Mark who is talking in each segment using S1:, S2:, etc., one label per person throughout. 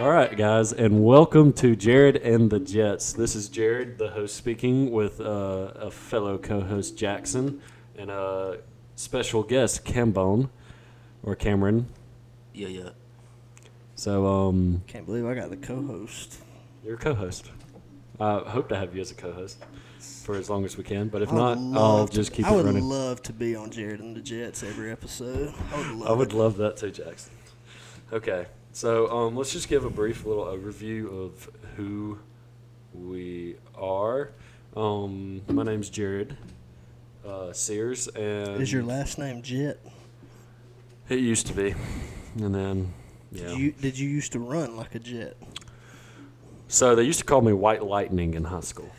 S1: guys, and welcome to Jared and the Jets. This is Jared, the host, speaking with uh, a fellow co-host Jackson and a special guest Cambone or Cameron.
S2: Yeah, yeah.
S1: So, um,
S3: Can't believe I got the co-host.
S1: you're a co-host. I hope to have you as a co-host for as long as we can. But if
S3: I would
S1: not, I'll
S3: love to-
S1: just keep
S3: I
S1: it
S3: would
S1: running.
S3: love to be on Jared and the Jets every episode. I would love.
S1: I would
S3: it.
S1: love that too, Jackson. Okay, so um, let's just give a brief little overview of who we are. Um, my name's Jared uh, Sears, and
S3: Is your last name Jet?
S1: it used to be, and then yeah.
S3: Did you did you used to run like a jet?
S1: so they used to call me White Lightning in high school.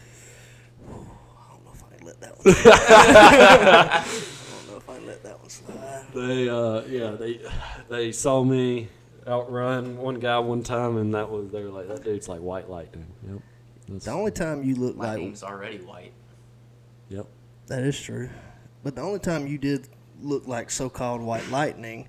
S3: I don't know if I can let that one. Slide. I don't know if I can let that one slide.
S1: They uh, yeah they they saw me outrun one guy one time, and that was they were like that dude's like White Lightning. Yep. That's-
S3: The only time you look
S2: My
S1: Oh.
S3: like
S2: name's already white.
S1: Yep.
S3: that is true, but the only time you did look like so-called white lightning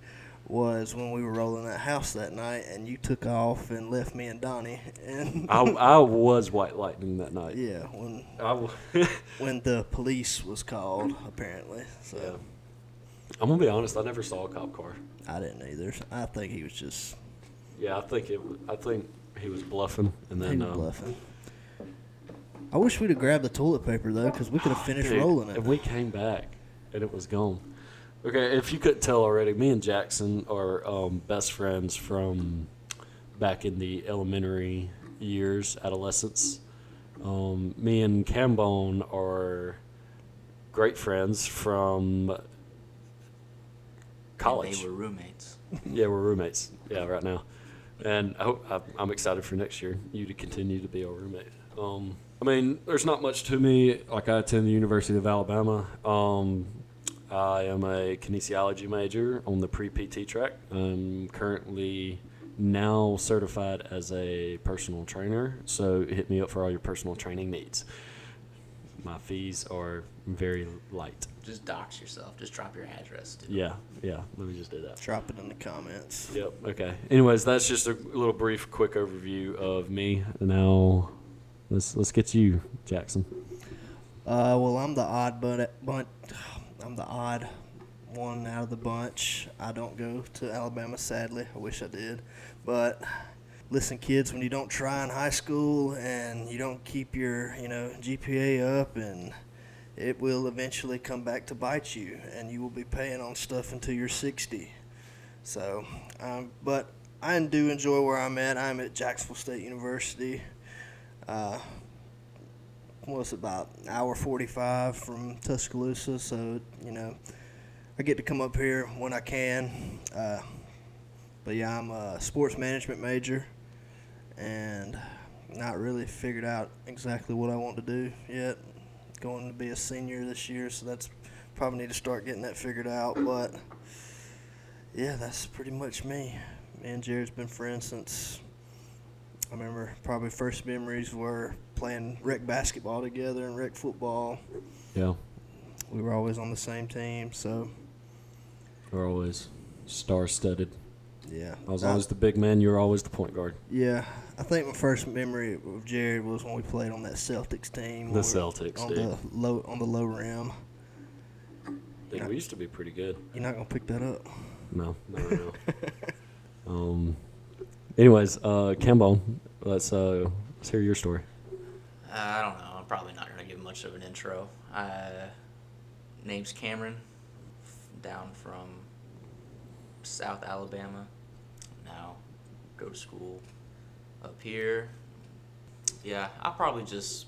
S3: was when we were rolling that house that night, and you took off and left me and Donnie. And
S1: I, I was White Lightning that night.
S3: yeah, when
S1: I w-
S3: when the police was called apparently. So.
S1: Yeah. I'm gonna be honest. I never saw a cop car.
S3: I didn't either. I think he was just
S1: Yeah, I think it. w- I think he was bluffing, and
S3: he
S1: then
S3: was
S1: um,
S3: bluffing. I wish we'd have grabbed the toilet paper though, because we could have finished
S1: dude,
S3: rolling it.
S1: And we came back, and it was gone. Okay, if you couldn't tell already, me and Jackson are um, best friends from back in the elementary years, adolescence. Um, me and Cambone are great friends from
S2: and
S1: college.
S2: They were roommates.
S1: Yeah, we're roommates. Yeah, right now, and I hope, I- I'm excited for next year. You to continue to be our roommate. Um, I mean, there's not much to me. Like I attend the University of Alabama. Um, I am a kinesiology major on the pre PT track. I'm currently now certified as a personal trainer. So hit me up for all your personal training needs. My fees are very light.
S2: Just dox yourself. Just drop your address. Dude.
S1: Yeah, yeah. Let me just do that.
S3: Drop it in the comments.
S1: Yep. Okay. Anyways, that's just a little brief, quick overview of me. Now, let's let's get you, Jackson.
S3: Uh, well, I'm the odd bun- bun- I'm the odd one out of the bunch. I don't go to Alabama, sadly. I wish I did. But listen, kids, when you don't try in high school and you don't keep your, you know, GPA up, and it will eventually come back to bite you, and you will be paying on stuff until you're 60. So, um, but I do enjoy where I'm at. I'm at Jacksonville State University. Uh, what's it, about hour 45 from Tuscaloosa. So, you know, I get to come up here when I can. Uh, but yeah, I'm a sports management major and not really figured out exactly what I want to do yet. Going to be a senior this year, so that's probably need to start getting that figured out. But yeah, that's pretty much me. Me and Jared's been friends since I remember probably first memories were playing rec basketball together and rec football.
S1: Yeah.
S3: We were always on the same team, so
S1: You're always star-studded.
S3: yeah.
S1: I was
S3: I-
S1: always the big man. You were always the point guard.
S3: yeah, I think my first memory of Jared was when we played on that Celtics
S1: The
S3: team. when we were
S1: Celtics,
S3: on
S1: dude.
S3: the low on the low rim.
S1: Dude, we used to be pretty good.
S3: You're not gonna pick that up.
S1: No, no, no. no. um. Anyways, uh, Cambo, let's uh, let's hear your story.
S2: Uh, I don't know. I'm probably not gonna give much of an intro. Uh, name's Cameron. f- Down from South Alabama. Now go to school up here. Yeah, I'll probably just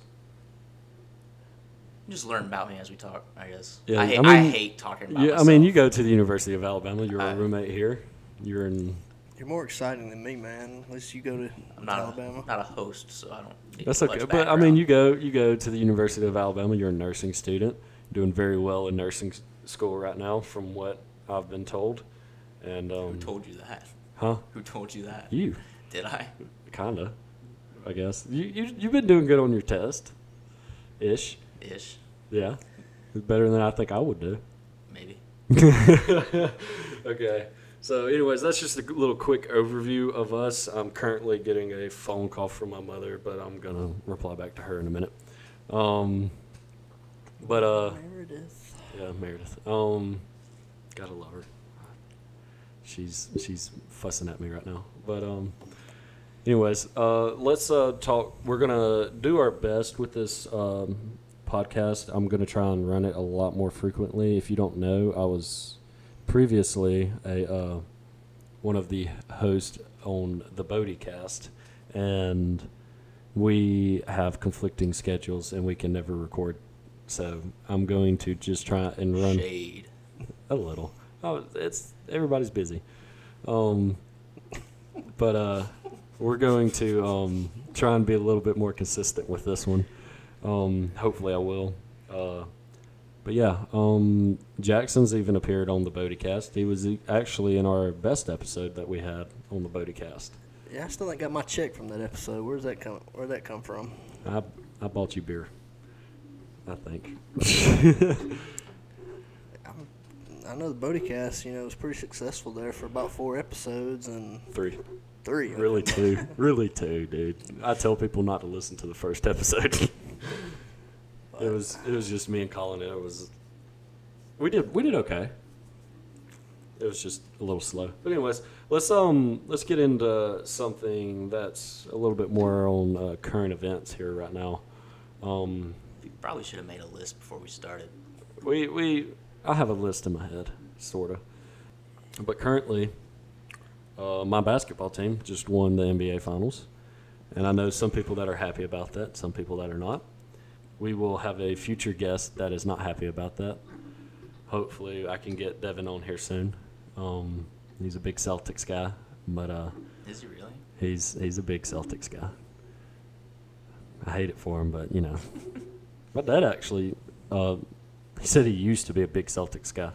S2: just learn about me as we talk. I guess.
S1: Yeah,
S2: I, hate,
S1: I
S2: I,
S1: mean-
S2: hate talking about.
S1: Yeah, I
S2: myself.
S1: mean, you go to the University of Alabama. You're
S2: I-
S1: a roommate here. You're in.
S3: You're more exciting than me, man. At least you go to
S2: I'm not
S3: Alabama.
S1: Uh,
S2: A, not a host, so I don't. Need
S1: That's
S2: much
S1: okay, but I mean,
S2: background.
S1: you go you go to the University of Alabama. You're a nursing student, doing very well in nursing s- school right now, from what I've been told. And
S2: Who
S1: um,
S2: told you that?
S1: huh?
S2: Who told you that?
S1: You
S2: Did I?
S1: kinda, I guess. You you you've been doing good on your test, ish.
S2: Ish,
S1: Yeah, better than I think I would do.
S2: maybe.
S1: okay, So, anyways, that's just a g- little quick overview of us. I'm currently getting a phone call from my mother, but I'm gonna reply back to her in a minute. Um, but uh,
S3: Meredith.
S1: yeah, Meredith. Um, gotta love her. She's she's fussing at me right now. But um, anyways, uh, let's uh talk. We're gonna do our best with this um podcast. I'm gonna try and run it a lot more frequently. If you don't know, I was previously a uh one of the hosts on the Bodie Cast, and we have conflicting schedules and we can never record. So I'm going to just try and run
S2: Shade.
S1: a little. Oh, it's everybody's busy. Um, but uh, we're going to um, try and be a little bit more consistent with this one. Um, hopefully, I will. Uh, but yeah, um, Jackson's even appeared on the Bodicast. He was e- actually in our best episode that we had on the Bodicast.
S3: Yeah, I still ain't got my check from that episode. Where's that come? Where'd that come from?
S1: I I bought you beer. I think.
S3: I'm, I know the Bodicast, you know, was pretty successful there for about four episodes and
S1: Three.
S3: three. okay.
S1: Really two. Really two, dude. I tell people not to listen to the first episode. it was it was just me and Colin and it was we did we did okay. It was just a little slow. But anyways, let's um let's get into something that's a little bit more on uh, current events here right now. Um
S2: We probably should have made a list before we started.
S1: we we I have a list in my head, sorta. But currently, uh, my basketball team just won the NBA Finals, and I know some people that are happy about that, some people that are not. We will have a future guest that is not happy about that. Hopefully, I can get Devin on here soon. Um, he's a big Celtics guy, but uh,
S2: Is he really?
S1: He's he's a big Celtics guy. I hate it for him, but you know, my dad actually uh, he said he used to be a big Celtics guy,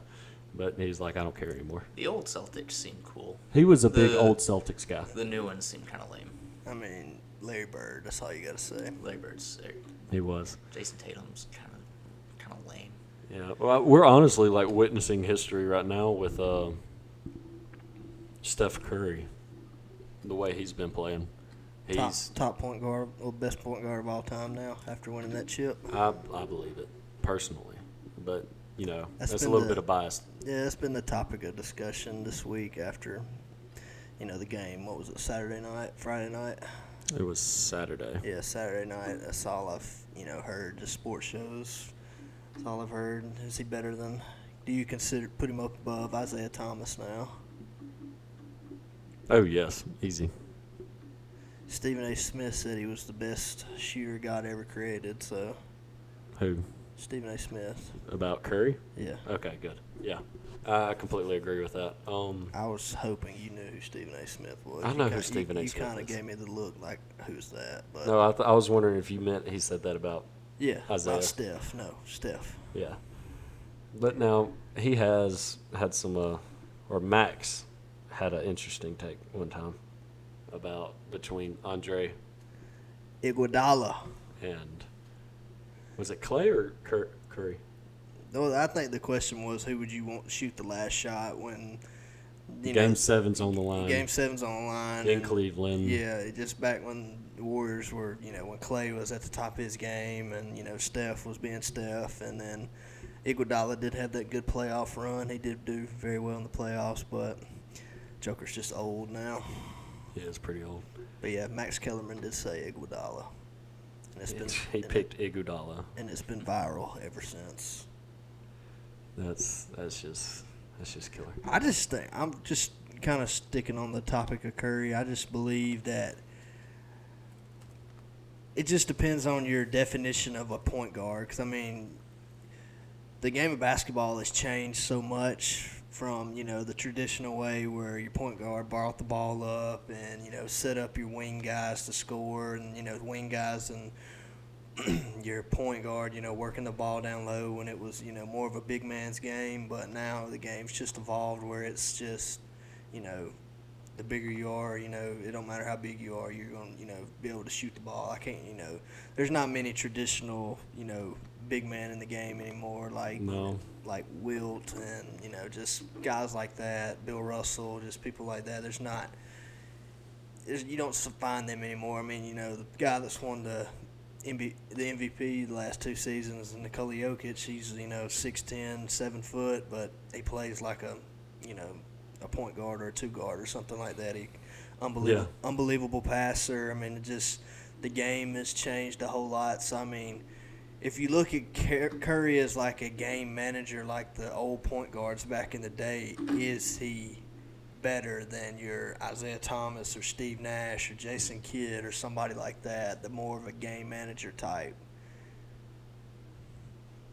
S1: but he's like I don't care anymore.
S2: The old Celtics seem cool.
S1: He was a big
S2: The-
S1: old Celtics guy.
S2: The new ones seem kind of lame.
S3: I mean, Larry Bird. That's all you gotta say.
S2: Larry Bird's sick.
S1: He was.
S2: er, Jason Tatum's kind of kind of lame.
S1: Yeah, well, we're honestly like witnessing history right now with uh, Steph Curry, the way he's been playing.
S3: Top,
S1: He's
S3: top point guard, well, best point guard of all time now. After winning that chip,
S1: I I believe it personally, but you know
S3: That's
S1: that's, a
S3: been
S1: little
S3: the-
S1: bit of bias.
S3: yeah, it's been the topic of discussion this week after, you know, the game. What was it? Saturday night, Friday night.
S1: It was Saturday.
S3: Yeah, Saturday night. That's all I've you know heard. Just sports shows. That's all I've heard. Is he better than? Do you consider put him up above Isaiah Thomas now?
S1: Oh yes, easy.
S3: Stephen A. Smith said he was the best shooter God ever created. So
S1: Who
S3: Stephen A. Smith.
S1: about Curry?
S3: Yeah,
S1: Okay, good. Yeah, I completely agree with that. Um,
S3: I was hoping you knew who Stephen A. Smith was.
S1: I
S3: You
S1: know who
S3: ki- you-
S1: Stephen A.
S3: You
S1: Smith
S3: kind of
S1: is.
S3: gave me the look like who's that? But
S1: no, I, th- I was wondering if you meant he said that about
S3: yeah,
S1: Isaiah.
S3: not Steph. No, Steph.
S1: yeah. But now he has had some, uh, or Max had an interesting take one time about between Andre
S3: Iguodala.
S1: and was it Clay or Cur- Curry?
S3: No, I think the question was who would you want to shoot the last shot when you
S1: Game
S3: know,
S1: seven's on the line
S3: Game seven's on the line.
S1: in
S3: and-
S1: Cleveland.
S3: Yeah, it just back when the Warriors were, you know, when Clay was at the top of his game, and you know Steph was being Steph, and then Iguodala did have that good playoff run. He did do very well in the playoffs, but Joker's just old now.
S1: yeah, it's pretty old.
S3: But yeah, Max Kellerman did say Iguodala, and it's been
S1: He picked Iguodala.
S3: and it's been viral ever since.
S1: That's that's just that's just killer.
S3: I just think I'm just kind of sticking on the topic of Curry. I just believe that it just depends on your definition of a point guard. Because I mean, the game of basketball has changed so much from you know the traditional way where your point guard brought the ball up and you know set up your wing guys to score and you know wing guys and your point guard, you know, working the ball down low when it was, you know, more of a big man's game. But now the game's just evolved where it's just, you know, the bigger you are, you know, it don't matter how big you are, you're going to, you know, be able to shoot the ball. I can't, you know, there's not many traditional, you know, big men in the game anymore like
S1: No.
S3: like Wilt and, you know, just guys like that, Bill Russell, just people like that. There's not there's, you don't s- find them anymore. I mean, you know, the guy that's won the MB, the MVP the last two seasons, Nikola Jokic, he's, you know, 6'10", 7 foot, but he plays like a, you know, a point guard or a two guard or something like that. He unbelievable, unbelievable passer. I mean, it just the game has changed a whole lot. So I mean, if you look at Cur- Curry as like a game manager, like the old point guards back in the day, is he better than your Isaiah Thomas or Steve Nash or Jason Kidd or somebody like that? The more of a game manager type.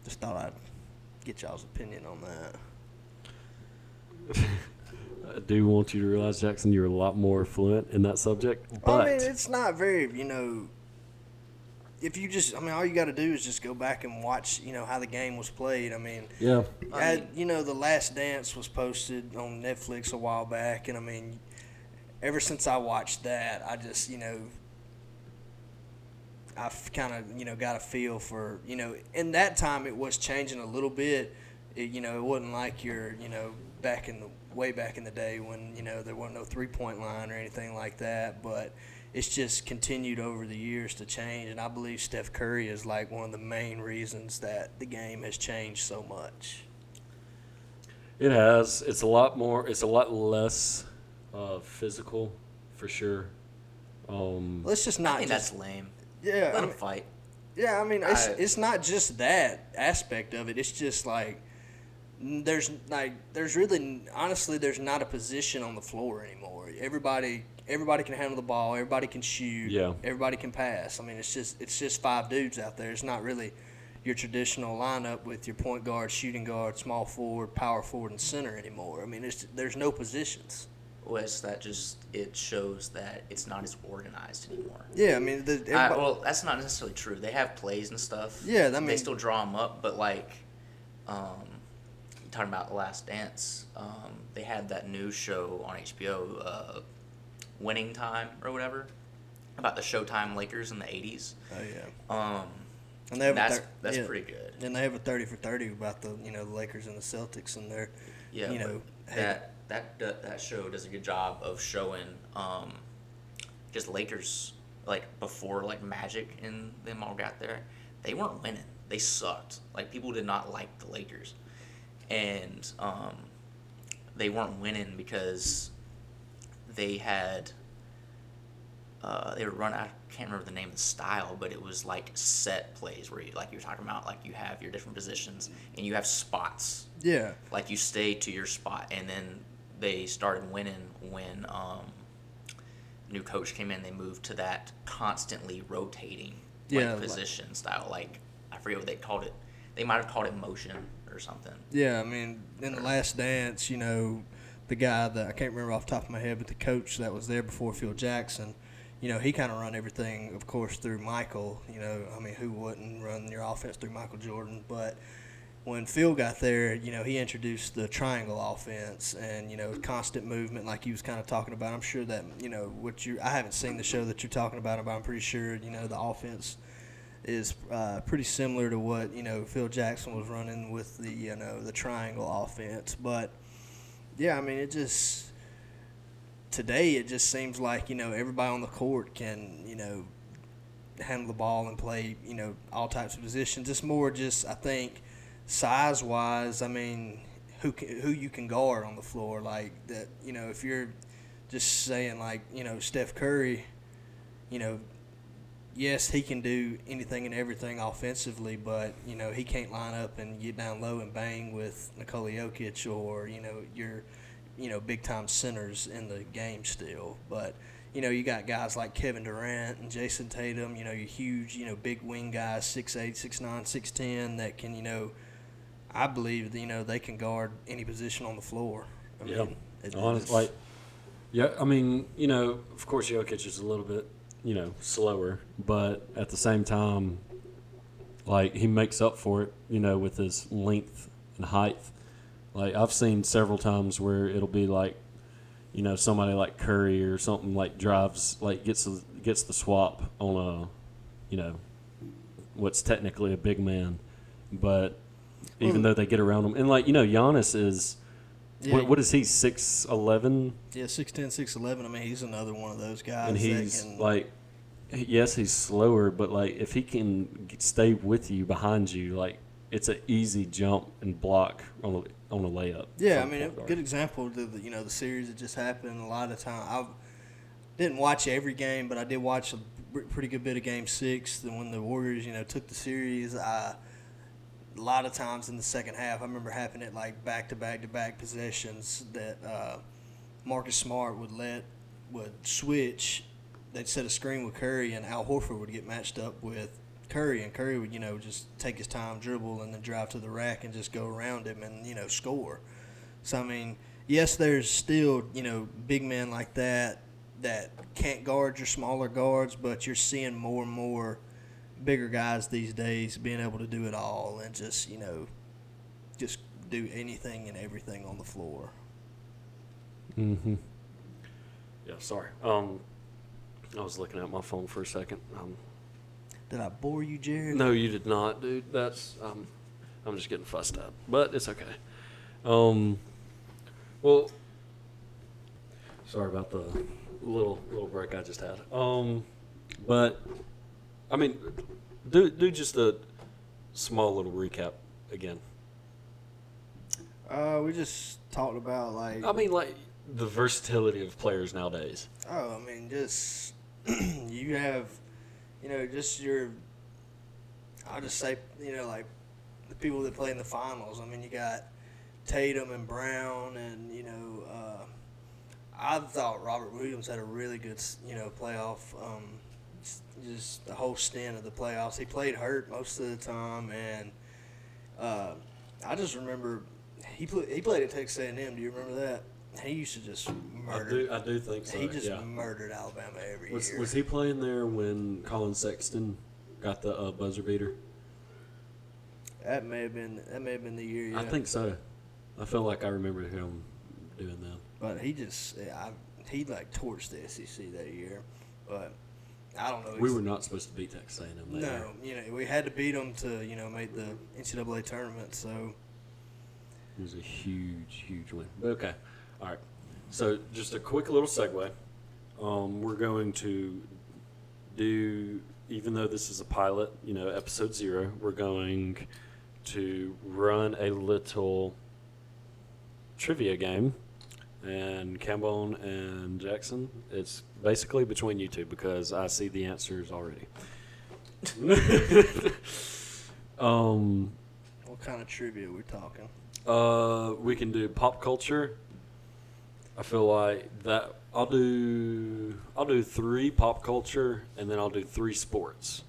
S3: Just thought I'd get y'all's opinion on that.
S1: I do want you to realize, Jackson, you're a lot more fluent in that subject. But
S3: I mean, it's not very, you know. If you just, I mean, all you got to do is just go back and watch, you know, how the game was played. I mean,
S1: yeah,
S2: I
S3: I,
S2: mean-
S3: you know, The Last Dance was posted on Netflix a while back, and I mean, ever since I watched that, I just, you know, I've kind of, you know, got a feel for, you know, in that time it was changing a little bit. It, you know, it wasn't like your, you know, back in the way back in the day when you know there wasn't no three point line or anything like that, but. It's just continued over the years to change, and I believe Steph Curry is like one of the main reasons that the game has changed so much.
S1: it has. It's a lot more. It's a lot less uh, physical, for sure. Um,
S3: Let's just
S2: I
S3: not.
S2: think
S3: just,
S2: that's lame.
S3: yeah, I
S2: Let him
S3: mean,
S2: fight.
S3: yeah. I mean, it's
S2: I-
S3: it's not just that aspect of it. It's just like n- there's like there's really n- honestly there's not a position on the floor anymore. Everybody everybody can handle the ball. Everybody can shoot.
S1: Yeah.
S3: Everybody can pass. I mean, it's just it's just five dudes out there. It's not really your traditional lineup with your point guard, shooting guard, small forward, power forward, and center anymore. I mean, it's there's no positions.
S2: Was that just it shows that it's not as organized anymore?
S3: Yeah, I mean, the,
S2: I,
S3: everybody-
S2: well, that's not necessarily true. They have plays and stuff.
S3: Yeah, that
S2: they
S3: mean-
S2: still draw them up, but like, um, talking about The Last Dance, um, they had that new show on HBO, uh, Winning Time or whatever, about the Showtime Lakers in the '80s.
S3: oh yeah.
S2: Um,
S3: And they have a
S2: that's
S3: thir-
S2: that's
S3: yeah.
S2: pretty good.
S3: And they have a thirty for thirty about the you know the Lakers and the Celtics and their
S2: Yeah,
S3: you
S2: but
S3: know hey,
S2: that that that that show does a good job of showing um, just Lakers like before like Magic and them all got there, they weren't winning. They sucked. Like people did not like the Lakers, and um, they weren't winning because they had. Uh, they were run. I can't remember the name of the style, but it was like set plays where you, like you were talking about, like you have your different positions and you have spots
S3: yeah
S2: like you stay to your spot and then they started winning when um new coach came in they moved to that constantly rotating like
S3: Yeah, like-
S2: position style like i forget what they called it they might have called it motion or something
S3: yeah I mean in the Last Dance you know the guy that I can't remember off the top of my head but the coach that was there before Phil Jackson you know he kind of run everything of course through Michael you know I mean who wouldn't run your offense through Michael Jordan but when Phil got there, you know, he introduced the triangle offense and, you know, constant movement like he was kind of talking about. I'm sure that, you know, what you I haven't seen the show that you're talking about, but I'm pretty sure, you know, the offense is uh, pretty similar to what, you know, Phil Jackson was running with the, you know, the triangle offense. But yeah, I mean, it just today it just seems like, you know, everybody on the court can, you know, handle the ball and play, you know, all types of positions. It's more just I think size wise. I mean, who can, who you can guard on the floor like that. You know, if you're just saying like you know Steph Curry, you know, yes he can do anything and everything offensively, but you know he can't line up and get down low and bang with Nikola Jokic or you know your you know big time centers in the game still, but you know, you got guys like Kevin Durant and Jason Tatum, you know, your huge, you know, big wing guys, 6'8, 6'9, 6'10, that can, you know, I believe, that, you know, they can guard any position on the floor. I
S1: Yeah.
S3: it-
S1: Honest,
S3: it's-
S1: like, yeah, I mean, you know, of course, Jokic is a little bit, you know, slower, but at the same time, like he makes up for it, you know, with his length and height. Like I've seen several times where it'll be like, you know somebody like Curry or something like drives like gets the, gets the swap on a you know what's technically a big man, but even though they get around him and like you know Giannis is
S3: Yeah.
S1: what, what is he six eleven
S3: Yeah, 6'10", 6'11", I mean, he's another one of those guys.
S1: and
S3: that
S1: he's
S3: can-
S1: like yes he's slower but like if he can g- stay with you behind you like it's an easy jump and block on a, on a layup
S3: Yeah, I
S1: from
S3: mean,
S1: point
S3: a
S1: guard.
S3: good example of the the, you know the series that just happened. A lot of time I didn't watch every game, but I did watch a pr- pretty good bit of Game Six. And when the Warriors, you know, took the series, I, a lot of times in the second half, I remember happening at like back to back to back possessions that uh, Marcus Smart would let would switch. They'd set a screen with Curry, and Al Horford would get matched up with Curry, and Curry would you know just take his time, dribble, and then drive to the rack and just go around him and you know score. So I mean, yes, there's still you know big men like that that can't guard your smaller guards, but you're seeing more and more bigger guys these days being able to do it all and just you know just do anything and everything on the floor.
S1: Mm-hmm. Yeah, sorry. Um, I was looking at my phone for a second. Um,
S3: Did I bore you, Jared?
S1: no, you did not, dude. That's um, I'm just getting fussed up, but it's okay. Um, well, sorry about the little little break I just had. Um, but I mean, do do just a small little recap again.
S3: Uh, we just talked about like
S1: I mean, like the versatility of players nowadays.
S3: Oh, I mean, just you have, you know, just your. I'll just say, you know, like the people that play in the finals. I mean, you got Tatum and Brown, and you know, uh, I thought Robert Williams had a really good, s- you know, playoff. Um, s- just the whole stint of the playoffs, he played hurt most of the time, and uh, I just remember he played. He played at Texas A and M. Do you remember that? He used to just murder.
S1: I do I do think so.
S3: He just
S1: yeah.
S3: murdered Alabama every
S1: Was,
S3: year.
S1: was he playing there when Colin Sexton got the uh, buzzer beater?
S3: that may have been that may have been the year. Yeah.
S1: I think so. I feel like I remember him doing that.
S3: but he just I, he like torched the SEC that year. But I don't know.
S1: We
S3: he's-
S1: were not supposed to beat Texas A&M that year.
S3: no, you know, we had to beat them to you know make the NCAA tournament. So
S1: It was a huge, huge win. But okay, all right. So just a quick little segue. Um, we're going to do, even though this is a pilot, you know, episode zero. We're going to run a little trivia game. And Cambone and Jackson, it's basically between you two because I see the answers already. um,
S3: what kind of trivia we're talking?
S1: uh, we can do pop culture. I feel like that. I'll do I'll do three pop culture, and then I'll do three sports,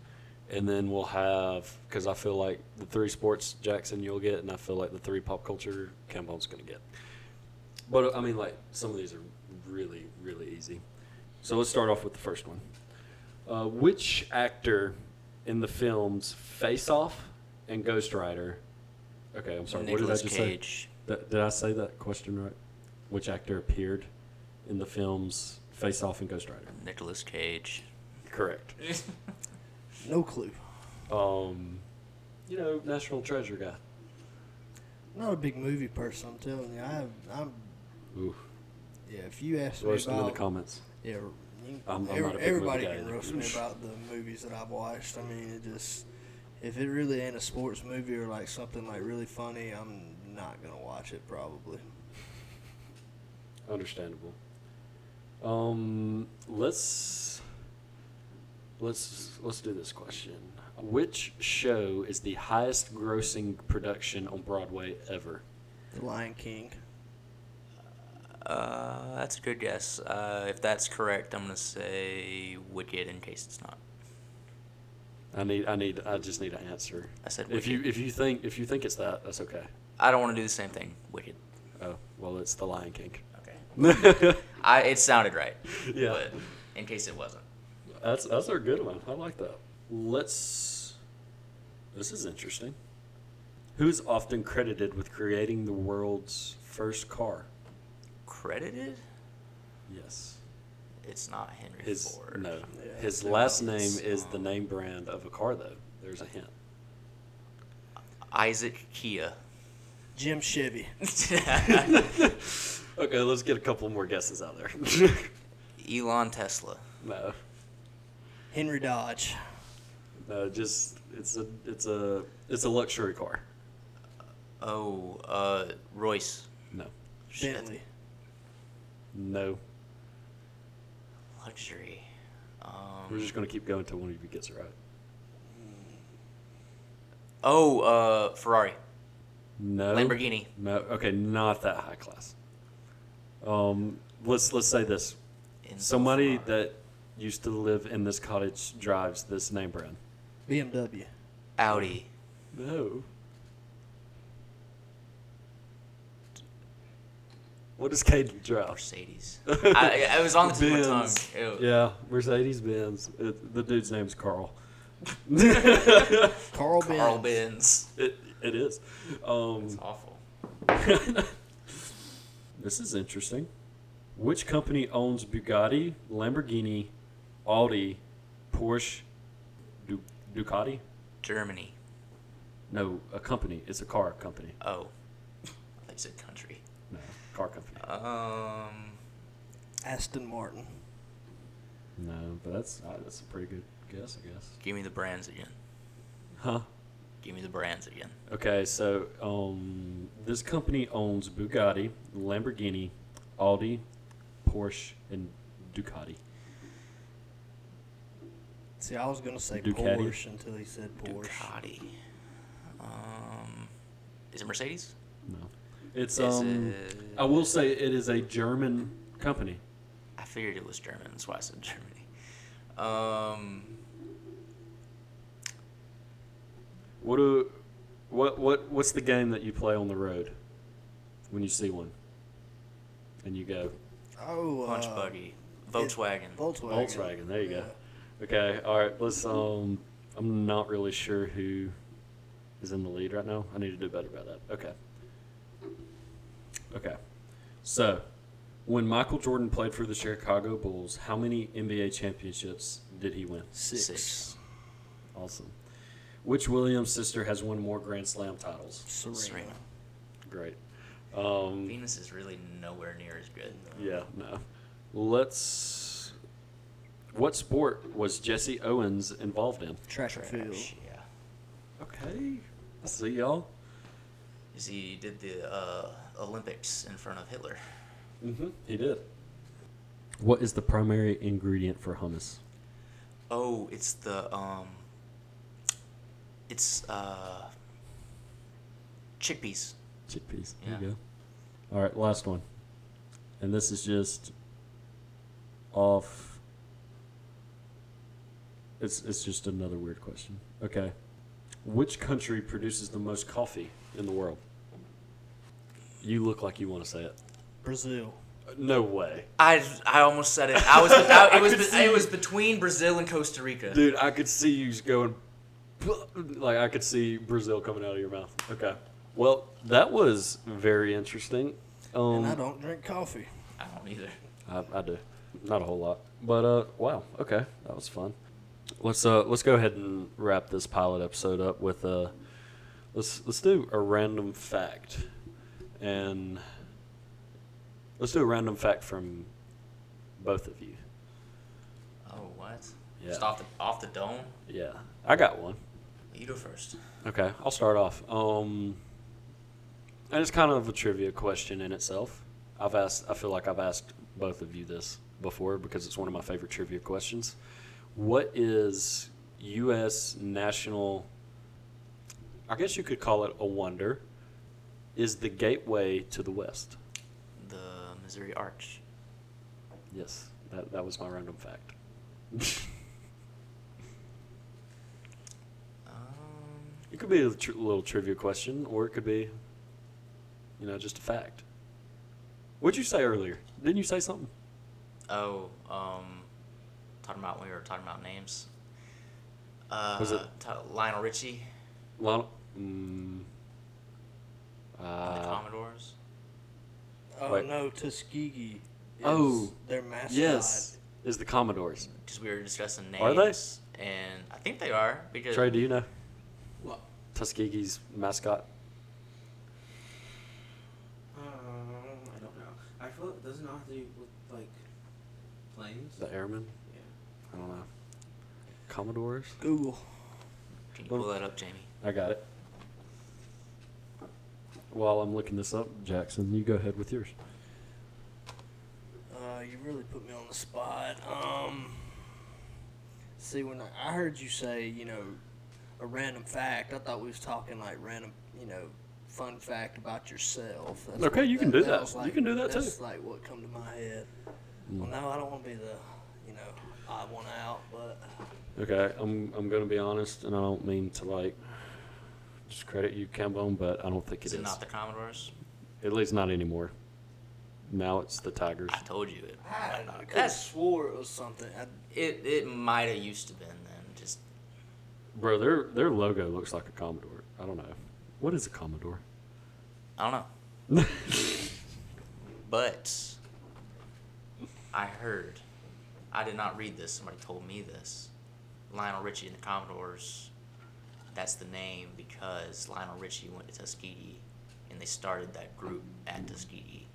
S1: and then we'll have because I feel like the three sports Jackson you'll get, and I feel like the three pop culture Cambone's gonna get. But I mean, like some of these are really really easy. So let's start off with the first one. Uh, which actor in the films Face Off and Ghost Rider? Okay, I'm sorry. what did I
S2: Nicolas
S1: just say?
S2: Cage.
S1: Th- did I say that question right? Which actor appeared in the films Face Off and Ghost Rider?
S2: Nicolas Cage.
S1: Correct.
S3: No clue.
S1: Um, you know, National Treasure guy.
S3: Not a big movie person. I'm telling you, I have, I'm.
S1: Ooh,
S3: Yeah, if you ask me
S1: roast him in the
S3: about
S1: comments.
S3: yeah, you can-
S1: I'm- I'm not a
S3: every-
S1: big movie
S3: everybody
S1: guy
S3: can
S1: either.
S3: roast me about the movies that I've watched. I mean, it just if it really ain't a sports movie or like something like really funny, I'm not gonna watch it probably.
S1: Understandable. Um, let's let's let's do this question. Which show is the highest grossing production on Broadway ever?
S3: The Lion King.
S2: Uh, that's a good guess. Uh, if that's correct, I'm gonna say Wicked in case it's not.
S1: I need I need I just need an answer.
S2: I said
S1: If you
S2: Wicked.
S1: if you think if you think it's that, that's okay.
S2: I don't want to do the same thing. Wicked.
S1: Oh, well, it's The Lion King.
S2: Okay.
S1: that's
S2: I it sounded right.
S1: Yeah.
S2: But in case it wasn't.
S1: that's a good one. I like that. Let's. This is interesting. Who's often credited with creating the world's first car?
S2: Credited?
S1: Yes.
S2: It's not Henry
S1: His
S2: Ford.
S1: no.
S3: Yeah.
S1: His last
S2: No,
S1: name
S2: it's,
S1: is the
S2: um,
S1: name brand of a car though. There's a hint.
S2: Isaac Kia.
S3: Jim Chevy.
S1: Okay, let's get a couple more guesses out there.
S2: Elon Tesla.
S1: no.
S3: Henry Dodge.
S1: No, just it's a it's a it's a luxury car.
S2: Oh, uh, Royce.
S1: No.
S2: Shit.
S3: Bentley.
S1: No.
S2: Luxury.
S1: We're
S2: Um,
S1: just gonna keep going until one of you gets it right.
S2: oh, uh, Ferrari.
S1: No.
S2: Lamborghini.
S1: No. Okay, not that high class. Um, let's let's say this.
S2: Enzo
S1: Somebody
S2: Ferrari.
S1: that used to live in this cottage drives this name brand.
S3: BMW.
S2: Audi.
S1: No. What does Caden drive?
S2: Mercedes. I, I was on the tip of my tongue.
S1: Oh. Benz.
S2: Ew.
S1: Yeah, Mercedes Benz. It- The dude's name's Carl.
S3: Carl,
S2: Carl
S3: Benz.
S2: Benz.
S1: It, it is.
S2: It's
S1: Um,
S2: awful.
S1: this is interesting. Which company owns Bugatti, Lamborghini, Audi, Porsche, du- Ducati?
S2: Germany.
S1: No, a company. It's a car company.
S2: Oh. I thought you said country.
S1: No, car company.
S2: Um,
S3: Aston Martin.
S1: No, but that's uh, that's a pretty good guess, I guess.
S2: give me the brands again.
S1: Huh?
S2: Give me the brands again.
S1: Okay, so um, this company owns Bugatti, Lamborghini, Audi, Porsche, and Ducati.
S3: See, I was gonna say
S1: Ducati.
S3: Porsche until he said Porsche.
S2: Ducati. Um, is it Mercedes?
S1: No, it's
S2: Is
S1: um.
S2: it-
S1: I will say it is a German company.
S2: I figured it was German. That's why I said Germany. Um,
S1: What do, what what what's the game that you play on the road, when you see one, and you go
S3: Oh,
S2: punch
S3: uh,
S2: buggy, Volkswagen.
S3: Volkswagen.
S1: Volkswagen? There you go.
S3: Yeah.
S1: Okay, all right. Let's um. I'm not really sure who is in the lead right now. I need to do better about that. Okay. Okay. So, when Michael Jordan played for the Chicago Bulls, how many NBA championships did he win?
S3: Six.
S2: Six.
S1: Awesome. Which Williams sister has won more Grand Slam titles?
S3: Serena.
S2: Serena.
S1: Great. Um,
S2: Venus is really nowhere near as good.
S1: yeah, no. Let's. What sport was Jesse Owens involved in?
S3: Track and field.
S2: Yeah.
S1: Okay. I see y'all.
S2: Is he did the uh, Olympics in front of Hitler?
S1: Mm-hmm. He did. What is the primary ingredient for hummus?
S2: Oh, it's the um, it's uh, chickpeas.
S1: Chickpeas.
S2: Yeah.
S1: There you go. All right, last one. And this is just off. It's it's just another weird question. Okay. Which country produces the most coffee in the world? You look like you want to say it.
S3: Brazil.
S1: Uh, No way.
S2: I, I almost said it. I was I,
S1: I
S2: it was
S1: could
S2: be-
S1: see
S2: it was
S1: you.
S2: between Brazil and Costa Rica.
S1: Dude, I could see you going like I could see Brazil coming out of your mouth. Okay. Well, that was very interesting. Um,
S3: and I don't drink coffee.
S2: I don't either.
S1: I, I do, not a whole lot, but uh, wow, okay, that was fun. Let's uh, let's go ahead and wrap this pilot episode up with uh, let's let's do a random fact, and let's do a random fact from both of you.
S2: Oh what?
S1: Yeah.
S2: Just off the off the dome.
S1: Yeah, I got one.
S2: You go first.
S1: Okay, I'll start off. Um, and it's kind of a trivia question in itself. I've asked. I feel like I've asked both of you this before because it's one of my favorite trivia questions. What is U.S. national? I guess you could call it a wonder. Is the gateway to the West?
S2: The Missouri Arch.
S1: Yes, that that was my random fact.
S2: Um,
S1: It could be a tr- little trivia question, or it could be, you know, just a fact. What'd you say earlier? Didn't you say something?
S2: oh, um, talking about we were talking about names. Uh,
S1: Was it-
S2: Ta- Lionel Richie
S1: Lionel. Mm,
S2: and the
S1: uh,
S2: Commodores?
S3: Oh
S1: Wait.
S3: no, Tuskegee.
S1: Oh,
S3: Their mascot.
S1: yes, is the Commodores.
S2: Because we were discussing names.
S1: Are they?
S2: And I think they are because
S1: Trey, do you know
S4: What?
S1: Tuskegee's mascot?
S4: Um, I don't know. I feel it doesn't have to do with like planes.
S1: The Airmen?
S4: yeah.
S1: I don't know. Commodores?
S3: Google.
S2: Can you pull that up, Jamie?
S1: I got it. While I'm looking this up, Jackson, you go ahead with yours.
S3: Uh, you really put me on the spot. Um, see, when I, I heard you say, you know, a random fact, I thought we was talking like random, you know, fun fact about yourself. That's
S1: Okay,
S3: what-
S1: you can do that.
S3: was
S1: You can do that, too. Mm.
S3: That's like what come to my head. Well, no, I don't want to be the, you know, odd one out, but
S1: Okay, I'm I'm gonna be honest, and I don't mean to like discredit you, Cambone, but I don't think
S2: Is
S1: it
S2: it
S1: is.
S2: not the Commodores?
S1: At least not anymore. Now it's the Tigers.
S2: I told you it.
S3: I,
S2: might
S3: I
S2: not
S3: could have
S2: that's
S3: swore it was something. I,
S2: It it might have used to been then. Just
S1: Bro, their their logo looks like a Commodore. I don't know. What is a Commodore?
S2: I don't know. But I heard. I did not read this. Somebody told me this. Lionel Richie and the Commodores. That's the name because Lionel Richie went to Tuskegee, and they started that group at Tuskegee,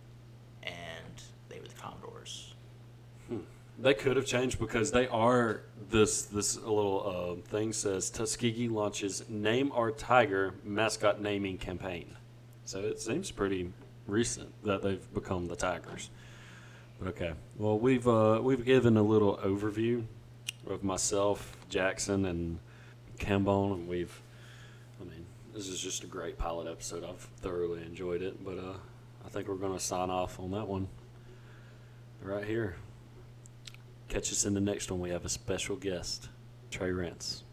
S2: and they were the Commodores.
S1: They could have changed because they are this this little uh, thing says Tuskegee launches name our tiger mascot naming campaign, so it seems pretty recent that they've become the Tigers. Okay, well we've uh, we've given a little overview of myself, Jackson, and Cambone, and we've I mean this is just a great pilot episode. I've thoroughly enjoyed it, but uh, I think we're gonna sign off on that one right here. Catch us in the next one. We have a special guest, Trey Rance.